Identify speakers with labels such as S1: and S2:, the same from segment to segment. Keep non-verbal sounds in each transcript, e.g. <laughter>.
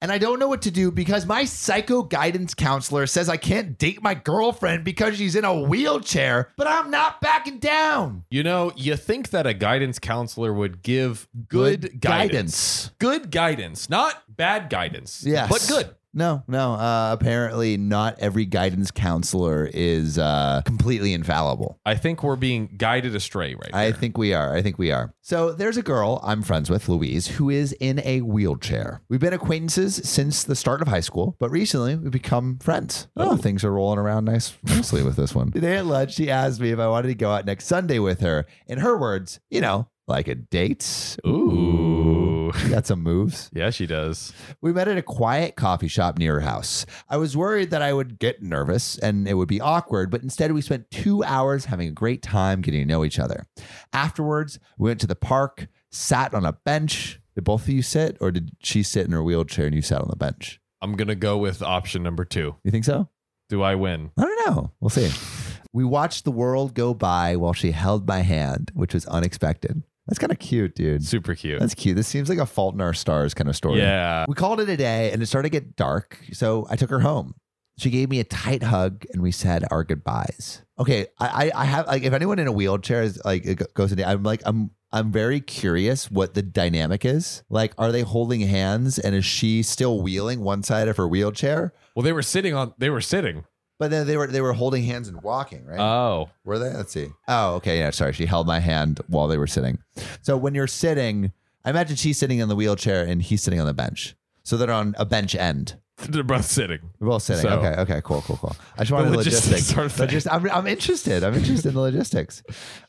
S1: and I don't know what to do because my psycho guidance counselor says I can't date my girlfriend because she's in a wheelchair, but I'm not backing down.
S2: You know, you think that a guidance counselor would give good,
S1: Good
S2: guidance. Good guidance, not bad guidance.
S1: Yes.
S2: But good.
S1: No, no. Uh, apparently, not every guidance counselor is uh, completely infallible.
S2: I think we're being guided astray right
S1: I
S2: there.
S1: think we are. I think we are. So there's a girl I'm friends with, Louise, who is in a wheelchair. We've been acquaintances since the start of high school, but recently we've become friends. Oh, things are rolling around nice, <laughs> nicely with this one. Today at lunch, she asked me if I wanted to go out next Sunday with her. In her words, you know, like a date.
S2: Ooh. <laughs>
S1: Got some moves.
S2: Yeah, she does.
S1: We met at a quiet coffee shop near her house. I was worried that I would get nervous and it would be awkward, but instead we spent two hours having a great time getting to know each other. Afterwards, we went to the park, sat on a bench. Did both of you sit, or did she sit in her wheelchair and you sat on the bench?
S2: I'm going to go with option number two.
S1: You think so?
S2: Do I win?
S1: I don't know. We'll see. We watched the world go by while she held my hand, which was unexpected. That's kind of cute, dude.
S2: Super cute.
S1: That's cute. This seems like a Fault in Our Stars kind of story.
S2: yeah.
S1: We called it a day and it started to get dark, so I took her home. She gave me a tight hug and we said our goodbyes. Okay, I, I I have like if anyone in a wheelchair is like it go- goes into I'm like I'm I'm very curious what the dynamic is. Like, are they holding hands and is she still wheeling one side of her wheelchair?
S2: Well, they were sitting on, they were sitting.
S1: But then they were they were holding hands and walking, right?
S2: Oh. <laughs>
S1: Were they? Let's see. Oh, okay. Yeah, sorry. She held my hand while they were sitting. So when you're sitting, I imagine she's sitting in the wheelchair and he's sitting on the bench. So they're on a bench end.
S2: They're both sitting.
S1: We're both sitting.
S2: So-
S1: okay. Okay. Cool. Cool. Cool. I just wanted the
S2: logistics
S1: logistics.
S2: are
S1: But just- I'm, I'm interested. I'm interested in the logistics.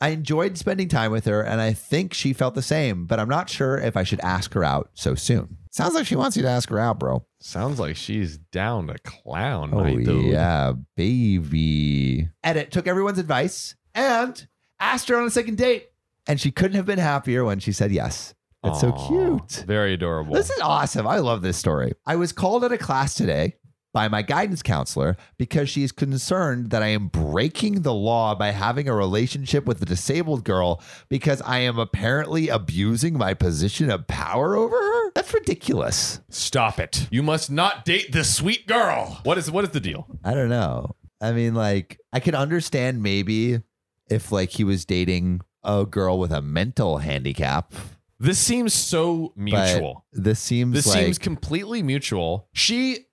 S1: I enjoyed spending time with her, and I think she felt the same. But I'm not sure if I should ask her out so soon. Sounds like she wants you to ask her out, bro.
S2: Sounds like she's down to clown.
S1: Oh
S2: my dude.
S1: yeah, baby. Edit took everyone's advice and asked her on a second date, and she couldn't have been happier when she said yes. It's so
S2: Aw,
S1: cute.
S2: Very adorable.
S1: This is awesome. I love this story. I was called at a class today by my guidance counselor because she is concerned that I am breaking the law by having a relationship with a disabled girl because I am apparently abusing my position of power over her. That's ridiculous.
S2: Stop it. You must not date this sweet girl. What is what is the deal?
S1: I don't know. I mean, like, I could understand maybe if like he was dating a girl with a mental handicap.
S2: This seems so mutual.
S1: But this seems
S2: this
S1: like
S2: seems completely mutual. She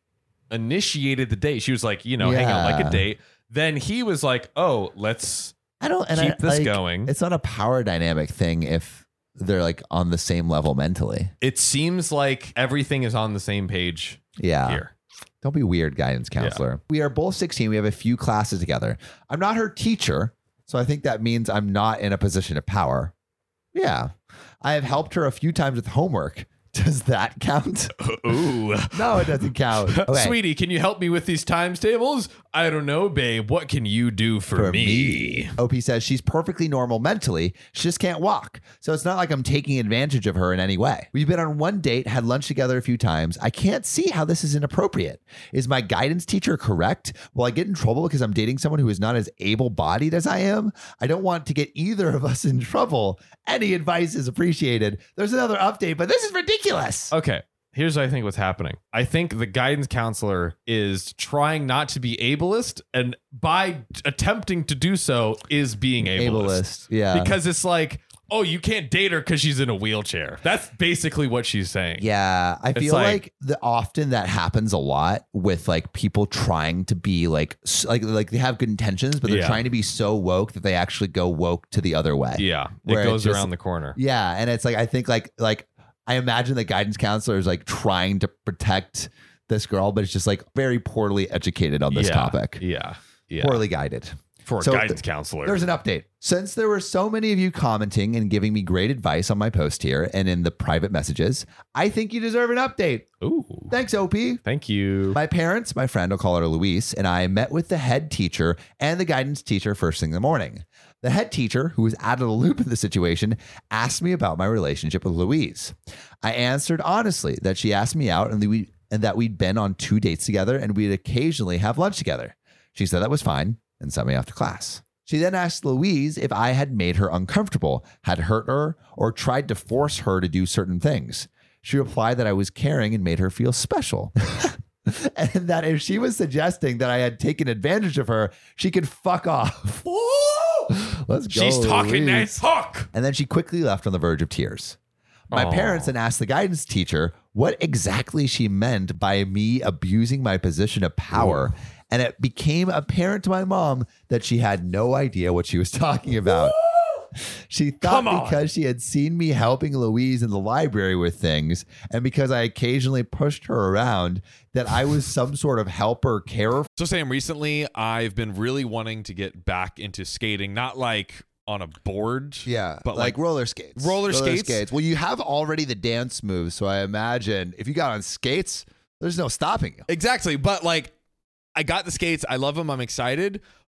S2: initiated the date. She was like, you know, hang out like
S1: Yeah.
S2: a date. Then he was like, oh, let's
S1: I don't and
S2: keep
S1: I,
S2: this
S1: like,
S2: going.
S1: It's not a power dynamic thing if they're like on the same level mentally.
S2: It seems like everything is on the same page
S1: Yeah.
S2: here.
S1: Don't be weird, guidance counselor. We are both 16. We have a few classes together. I'm not her teacher. So I think that means I'm not in a position of power. Yeah. I have helped her a few times with homework. <laughs> Does that count?
S2: Ooh.
S1: no, it doesn't count. <laughs>
S2: <laughs>
S1: Okay.
S2: Sweetie, can you help me with these timestables? I don't know, babe. What can you do for,
S1: For
S2: me?
S1: OP says she's perfectly normal mentally. She just can't walk. So it's not like I'm taking advantage of her in any way. We've been on one date, had lunch together a few times. I can't see how this is inappropriate. Is my guidance teacher correct? Will I get in trouble because I'm dating someone who is not as able bodied as I am? I don't want to get either of us in trouble. Any advice is appreciated. There's another update, but this is ridiculous.
S2: Okay. Here's I think what's happening. I think the guidance counselor is trying not to be ableist, and by attempting to do so, is being ableist.
S1: Yeah.
S2: Because it's like, oh, you can't date her because she's in a wheelchair. That's basically what she's saying.
S1: Yeah, I
S2: It's
S1: feel
S2: like-
S1: like, the often that happens a lot with like people trying to be like s- like like they have good intentions, but they're
S2: Yeah.
S1: trying to be so woke that they actually go woke to the other way.
S2: Yeah.
S1: Where
S2: it
S1: it
S2: goes
S1: just-
S2: around the corner.
S1: Yeah, and it's like I think like like I imagine the guidance counselor is like trying to protect this girl, but it's just like very poorly educated on this
S2: Yeah.
S1: topic,
S2: Yeah. Yeah.
S1: poorly guided.
S2: for a
S1: So
S2: guidance counselor.
S1: There's an update. Since there were so many of you commenting and giving me great advice on my post here and in the private messages, I think you deserve an update.
S2: Ooh.
S1: Thanks, OP.
S2: Thank you.
S1: My parents, my friend, I'll call her Luis, and I met with the head teacher and the guidance teacher first thing in the morning. The head teacher, who was out of the loop of the situation, asked me about my relationship with Louise. I answered honestly that she asked me out and, that we, and that we'd been on two dates together and we'd occasionally have lunch together. She said that was fine and sent me off to class. She then asked Louise if I had made her uncomfortable, had hurt her, or tried to force her to do certain things. She replied that I was caring and made her feel special. <laughs> and that if she was suggesting that I had taken advantage of her, she could fuck off. <laughs> Let's go.
S3: She's talking
S1: Louise.
S3: that talk.
S1: And then she quickly left on the verge of tears. My
S3: Aw.
S1: parents then asked the guidance teacher what exactly she meant by me abusing my position of power. And it became apparent to my mom that she had no idea what she was <laughs> talking about. She thought
S3: Come on.
S1: because she had seen me helping Louise in the library with things and because I occasionally pushed her around that I was some sort of helper carer
S2: So Sam, recently I've been really wanting to get back into skating, not like on a board.
S1: Yeah,
S2: But,
S1: but like,
S2: like,
S1: roller skates.
S2: roller skates?
S1: Well, you have already the dance moves, so I imagine if you got on skates, there's no stopping you.
S2: Exactly. But like, I got the skates. I love them. I'm excited.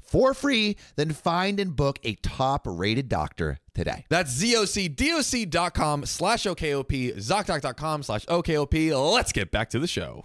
S1: for free. Then find and book a top rated doctor today.
S2: That's zocdoc.com slash OKOP, ZocDoc.com slash OKOP. Let's get back to the show.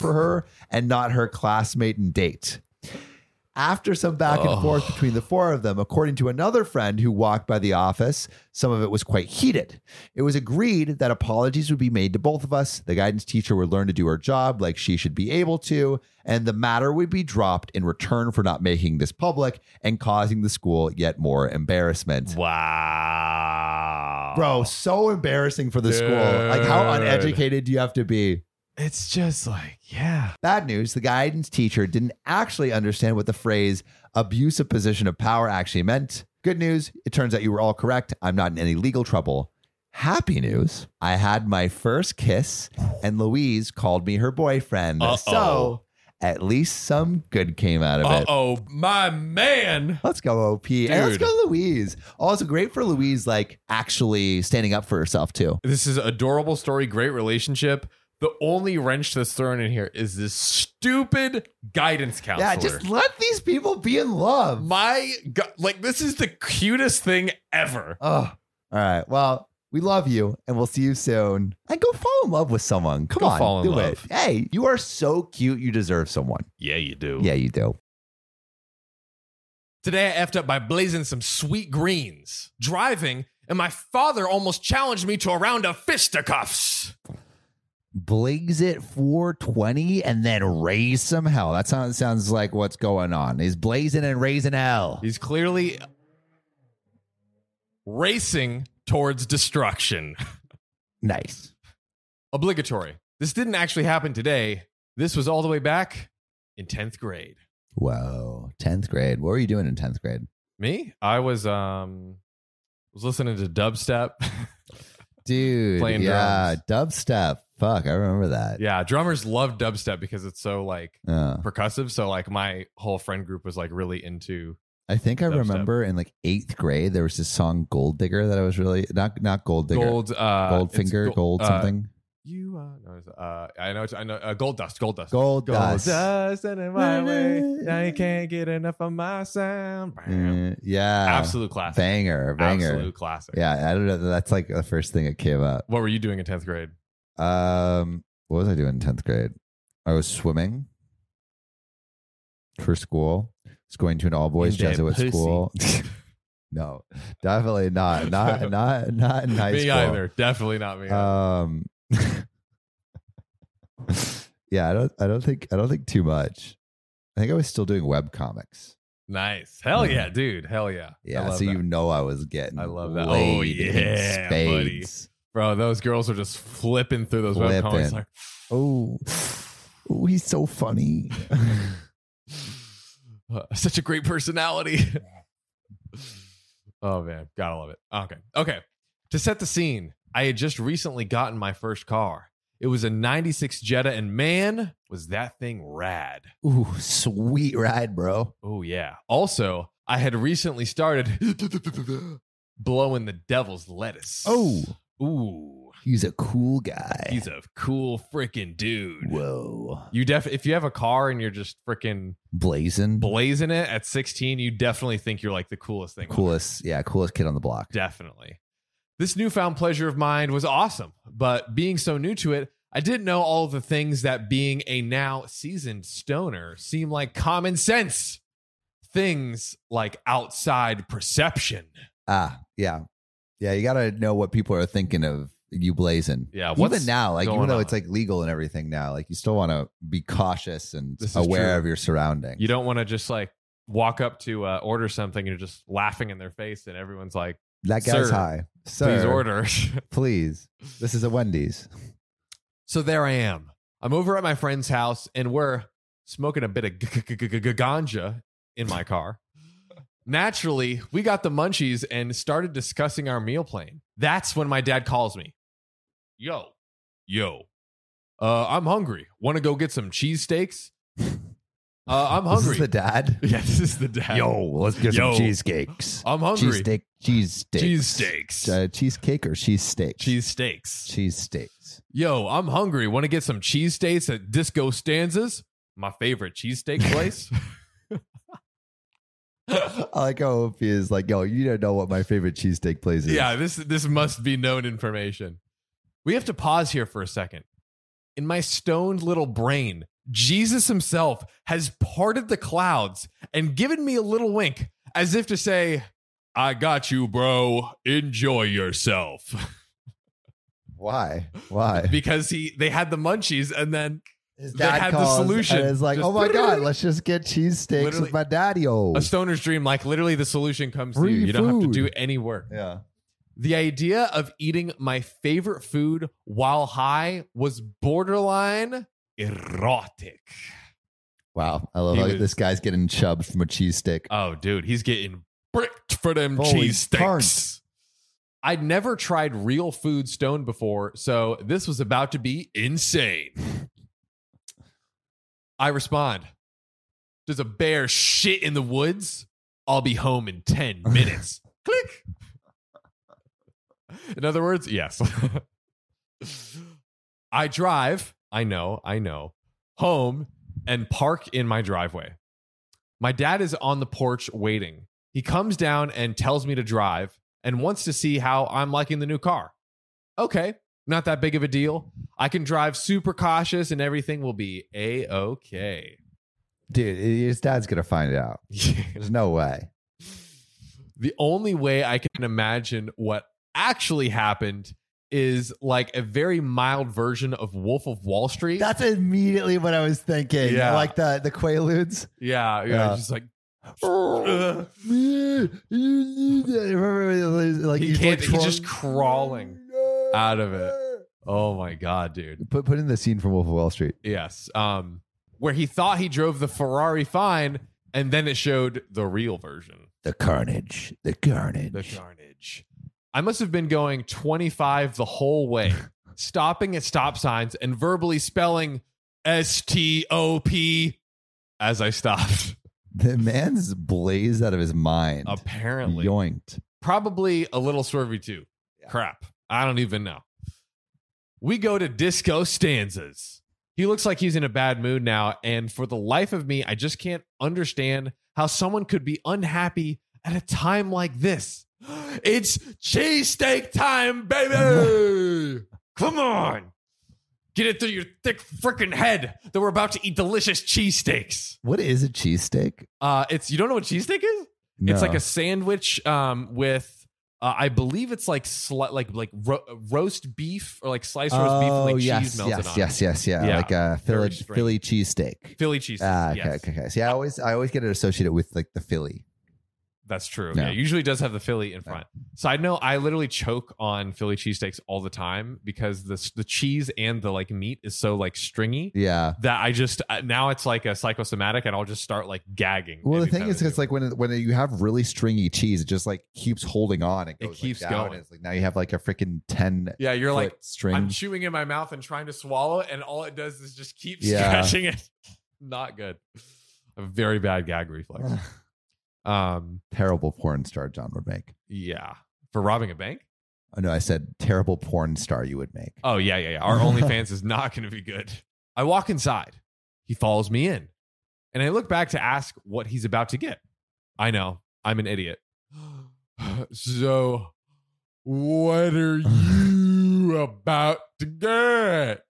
S1: For her and not her classmate and date. After some back and forth between the four of them, according to another friend who walked by the office, some of it was quite heated. It was agreed that apologies would be made to both of us. The guidance teacher would learn to do her job like she should be able to, and the matter would be dropped in return for not making this public and causing the school yet more embarrassment.
S3: Wow.
S1: Bro, so embarrassing for the school. Like, how
S3: Dude.
S1: uneducated do you have to be?
S3: It's just like, yeah.
S1: Bad news the guidance teacher didn't actually understand what the phrase abusive position of power actually meant. Good news, it turns out you were all correct. I'm not in any legal trouble. Happy news, I had my first kiss and Louise called me her boyfriend. So
S3: Uh-oh.
S1: at least some good came out of
S3: Uh
S1: it.
S3: oh, my man.
S1: Let's go, OP. And let's
S3: Dude.
S1: go, Louise. Also, great for Louise, like actually standing up for herself, too.
S3: This is an adorable story, great relationship. The only wrench that's thrown in here is this stupid guidance counselor.
S1: Yeah, just let these people be in love.
S3: my god, like this is the cutest thing ever.
S1: Oh, all right. Well, we love you and we'll see you soon. And go fall in love with someone. Come
S3: Go
S1: on.
S3: fall in
S1: do
S3: love.
S1: it. Hey, you are so cute. You deserve someone.
S3: Yeah, you do.
S1: Yeah, you do.
S2: Today I effed up by blazing some sweet greens, driving, and my father almost challenged me to a round of fisticuffs.
S1: Blaze it 420 and then raise some hell. That sounds sounds like what's going on. He's blazing and raising hell.
S3: He's clearly
S2: Racing
S3: <laughs>
S2: towards destruction.
S1: Nice.
S2: Obligatory. This didn't actually happen today. This was all the way back in 10th grade.
S1: Whoa. 10th grade. What were you doing in 10th grade?
S3: me. I was um was listening to dubstep. <laughs>
S1: Dude.
S3: Playing
S1: yeah. Dubstep. Fuck. I remember that.
S3: yeah, drummers love dubstep because it's so like
S1: Uh,
S3: percussive. So like my whole friend group was like really into
S1: I think I
S3: Dubstep.
S1: remember in like eighth grade, there was this song Gold Digger that I was really not not Gold Digger.
S3: gold uh it's
S1: Goldfinger,
S3: go-
S1: gold
S3: uh,
S1: something.
S2: You are. No, it's, uh, I know. It's, I know. Uh, gold dust. Gold dust.
S1: Gold Dust.
S2: dust and in my way. Now you can't get enough of my sound. Bam.
S1: Mm, yeah.
S2: Absolute classic.
S1: Banger. Banger.
S2: Absolute classic.
S1: Yeah. I don't know. That's like the first thing that came up.
S2: What were you doing in tenth grade?
S1: Um, what was I doing in tenth grade? I was swimming for school. I was going to an all boys
S2: In the
S1: Jesuit
S2: pussy.
S1: school. no, definitely not. Not not not in high
S2: me
S1: school.
S2: either. Definitely not me.
S1: Um, <laughs> yeah, I don't. I don't think. I don't think too much. I think I was still doing web comics.
S2: nice. Hell
S1: yeah.
S2: yeah, dude. Hell yeah. I
S1: mm. Yeah,
S2: love
S1: so you
S2: that.
S1: know I was getting.
S2: I love that. Oh,
S1: laid in
S2: yeah, buddy.
S1: spades.
S2: bro. Those girls are just flipping through those web comics.
S1: Flipping.
S2: Like,
S1: Oh, oh, he's so funny.
S2: Uh, <laughs> such a great personality. <laughs> oh man, gotta love it. Okay, okay. To set the scene, I had just recently gotten my first car. It was a '96 Jetta, and man, was that thing rad!
S1: Ooh, sweet ride, bro.
S2: Oh yeah. Also, I had recently started <gasps> blowing the devil's lettuce.
S1: Oh,
S2: ooh,
S1: he's a cool guy.
S2: he's a cool freaking dude.
S1: Whoa.
S2: You def if you have a car and you're just freaking
S1: Blazing.
S2: blazing it at 16, you definitely think you're like the coolest thing. on
S1: coolest, yeah, coolest kid on the block.
S2: Definitely. This newfound pleasure of mine was awesome, but being so new to it, I didn't know all the things that being a now seasoned stoner seem like common sense. Things like outside perception.
S1: Ah, yeah. Yeah, you got to know what people are thinking of you blazing.
S2: Yeah,
S1: Even
S2: what's
S1: now, like even
S2: going
S1: though
S2: on?
S1: it's like legal and everything now, like you still want to be cautious and
S2: This is
S1: aware
S2: true.
S1: of your surroundings.
S2: You don't want to just like walk up to uh, order something and you're just laughing in their face, and everyone's like,
S1: that guy's
S2: Sir,
S1: high. Sir,
S2: please order. <laughs>
S1: Please. This is a Wendy's.
S2: So there I am. I'm over at my friend's house and we're smoking a bit of g- g- g- g- g- ganja in my car. Naturally, we got the munchies and started discussing our meal plan. That's when my dad calls me. Yo, yo, uh, I'm hungry. Want to go get some cheesesteaks?
S1: <laughs>
S2: Uh, I'm
S1: This
S2: hungry.
S1: is the dad.
S2: <laughs> yeah, this is the dad.
S1: let's get
S2: Yo.
S1: cheesecakes.
S2: I'm hungry.
S1: Cheesesteak, cheesesteaks.
S2: Cheesesteaks.
S1: Uh, cheesecake or cheesesteak?
S2: Cheesesteaks.
S1: Cheesesteaks.
S2: Yo, I'm hungry. Want to get some cheesesteaks at Disco Stanzas? My favorite cheesesteak place.
S1: I like how Opie is like, yo, you don't know what my favorite cheesesteak place is.
S2: yeah, this this must be known information. We have to pause here for a second. In my stoned little brain, Jesus himself has parted the clouds and given me a little wink as if to say, I got you, bro. Enjoy yourself. <laughs>
S1: Why? Why?
S2: because he they had the munchies and then
S1: His
S2: they had the solution.
S1: And it's like,
S2: Just-
S1: oh my God, let's just get cheesesteaks
S2: Literally-
S1: with my daddy. Oh,
S2: a stoner's dream, like literally the solution comes to
S1: Free
S2: you. You don't have to
S1: food.
S2: do any work.
S1: yeah.
S2: The idea of eating my favorite food while high was borderline erotic.
S1: Wow. I love
S2: He
S1: how
S2: was-
S1: this guy's getting chubbed from a cheesesteak.
S2: Oh, dude, he's getting bricked for them
S1: Holy
S2: cheesesteaks.
S1: tarts.
S2: I'd never tried real food stoned before, so this was about to be insane. I respond There's a bear shit in the woods. I'll be home in 10 minutes. Click. In other words, yes. I drive, I know, I know, home and park in my driveway. My dad is on the porch waiting. He comes down and tells me to drive and wants to see how I'm liking the new car. Okay, not that big of a deal. I can drive super cautious and everything will be a <laughs> okay.
S1: Dude, his dad's going to find out. There's no way.
S2: the only way I can imagine what actually happened is like a very mild version of Wolf of Wall Street.
S1: That's immediately what I was thinking.
S2: Yeah.
S1: Like the, the Quaaludes.
S2: yeah, yeah,
S1: Yeah.
S2: just like <sighs>
S1: Oh, man, you need that. Remember, like
S2: He
S1: he's,
S2: can't-
S1: like,
S2: he's just crawling out of it. oh my god, dude.
S1: Put put in the scene from Wolf of Wall Street.
S2: Yes. Um, where he thought he drove the Ferrari fine, and then it showed the real version,
S1: The carnage, the carnage.
S2: the carnage. I must have been going 25 the whole way, stopping at stop signs and verbally spelling S T O P as I stopped.
S1: The man's blazed out of his mind.
S2: Apparently,
S1: Yoinked.
S2: probably a little swervy too. Crap. I don't even know. We go to disco stanzas. He looks like he's in a bad mood now. And for the life of me, I just can't understand how someone could be unhappy at a time like this. <gasps> It's cheesesteak time, baby. Come on. Get it through your thick freaking head that we're about to eat delicious cheesesteaks.
S1: What is a cheesesteak?
S2: Uh, it's you don't know what cheesesteak is? It's like a sandwich um, with, uh, I believe it's like sli- like like ro- roast beef or like sliced roast beef with like
S1: Oh, yes,
S2: cheese melted
S1: yes,
S2: on it.
S1: yes, yes, yeah,
S2: Yeah,
S1: like a Philly,
S2: very strange.
S1: Philly cheesesteak.
S2: Philly cheese.
S1: Ah, okay,
S2: yes.
S1: okay, okay. See, I always, I always get it associated with like the Philly.
S2: That's true.
S1: No.
S2: Yeah, it usually does have the Philly in
S1: No.
S2: front. Side note: I literally choke on Philly cheesesteaks all the time because the the cheese and the like meat is so like stringy
S1: Yeah.
S2: that I just uh, now it's like a psychosomatic, and I'll just start like gagging.
S1: Well, the
S2: anytime
S1: thing
S2: I
S1: is,
S2: do
S1: it's
S2: it.
S1: like when it- when you have really stringy cheese, it just like keeps holding on. It,
S2: It
S1: goes, like,
S2: keeps
S1: down,
S2: going.
S1: It's like now you have like a freaking ten
S2: yeah, you're
S1: foot
S2: like
S1: string. <laughs>
S2: I'm chewing in my mouth and trying to swallow, and all it does is just keep
S1: Yeah.
S2: stretching it. <laughs> Not good. A very bad gag reflex. um,
S1: terrible porn star John would make.
S2: yeah, for robbing a bank.
S1: Oh no, I said terrible porn star you would make.
S2: Oh yeah, yeah, yeah. Our OnlyFans is not going to be good. I walk inside. He follows me in, and I look back to ask what he's about to get. I know I'm an idiot. <gasps> so, what are you about to get?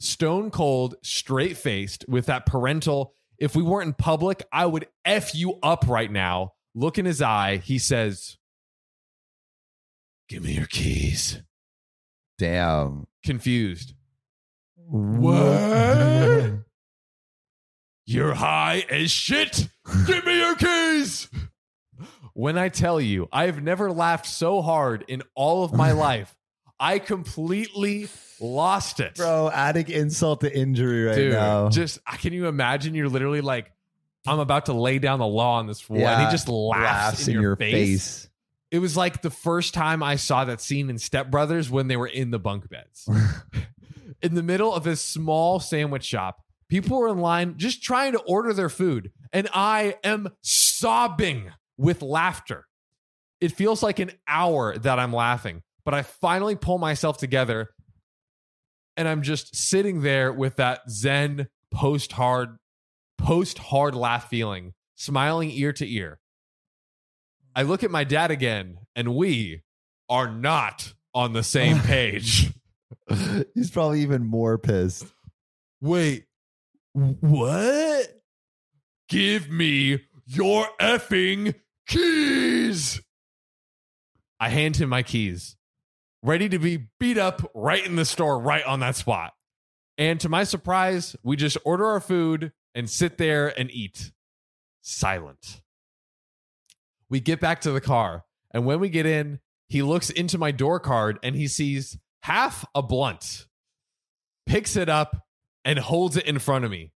S2: Stone cold, straight faced, with that parental. If we weren't in public, I would f you up right now. Look in his eye. He says, "Give me your keys."
S1: Damn.
S2: confused.
S1: What?
S2: You're high as shit. Give me your keys. When I tell you, I've never laughed so hard in all of my life. I completely lost
S1: <laughs>
S2: it.
S1: Bro, adding insult to injury right
S2: Dude,
S1: now.
S2: just I- can you imagine? You're literally like, I'm about to lay down the law on this floor, and
S1: Yeah,
S2: he just laughs, in, your, face. <laughs> It was like the first time I saw that scene in Step Brothers when they were in the bunk beds. in the middle of this small sandwich shop, people were in line just trying to order their food, and I am sobbing with laughter. It feels like an hour that I'm laughing, but I finally pull myself together and I'm just sitting there with that zen post hard post hard laugh feeling, smiling ear to ear. I look at my dad again, and we are not on the same page.
S1: He's probably even more pissed.
S2: Wait, what? Give me your effing keys. I hand him my keys, ready to be beat up right in the store, right on that spot. And to my surprise, we just order our food and sit there and eat. Silent. We get back to the car, and when we get in, he looks into my door card and he sees half a blunt, picks it up, and holds it in front of me.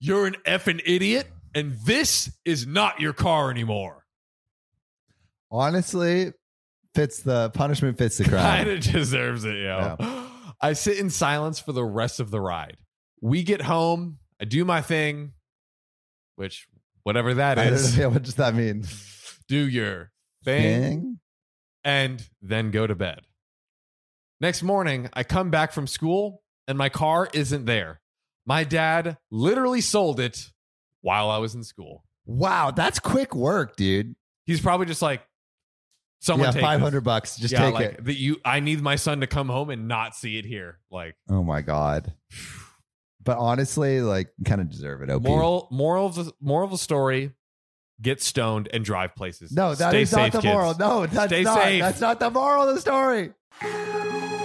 S2: You're an effing idiot, and this is not your car anymore. <laughs>
S1: Honestly, fits the punishment fits
S2: <laughs>
S1: the crime.
S2: Kind of deserves it, yo. <gasps> I sit in silence for the rest of the ride. We get home. I do my thing, which, whatever that
S1: I don't
S2: is,
S1: know, <laughs> what does that mean?
S2: <laughs> do your thing.
S1: Thing?
S2: and then go to bed. Next morning, I come back from school and my car isn't there. My dad literally sold it while I was in school.
S1: Wow, that's quick work, dude.
S2: He's probably just like, someone
S1: yeah,
S2: take
S1: five hundred
S2: this.
S1: bucks. Just
S2: yeah,
S1: take
S2: like,
S1: it.
S2: That you, I need my son to come home and not see it here. Like,
S1: Oh my god. But honestly, like, kind of deserve it. OP.
S2: moral, moral of the moral of the story: get stoned and drive places.
S1: No, that
S2: Stay
S1: is not
S2: safe,
S1: the
S2: kids.
S1: moral. No, that's
S2: Stay
S1: not.
S2: safe.
S1: That's not the moral of the story.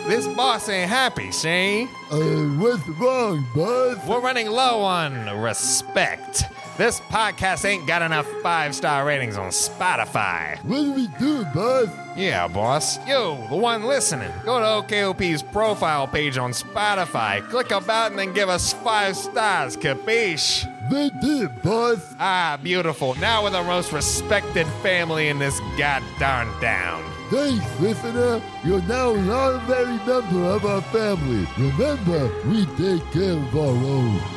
S4: This boss ain't happy, see?
S1: Uh, what's wrong, bud?
S4: We're running low on respect. This podcast ain't got enough five star ratings on Spotify.
S1: What do we do, bud?
S4: Yeah, boss. Yo, the one listening, go to OKOP's profile page on Spotify, click about, and then give us five stars, capiche?
S1: They did, bud.
S4: Ah, beautiful. Now we're the most respected family in this goddamn town.
S1: Thanks, listener. You're now an honorary member of our family. Remember, we take care of our own.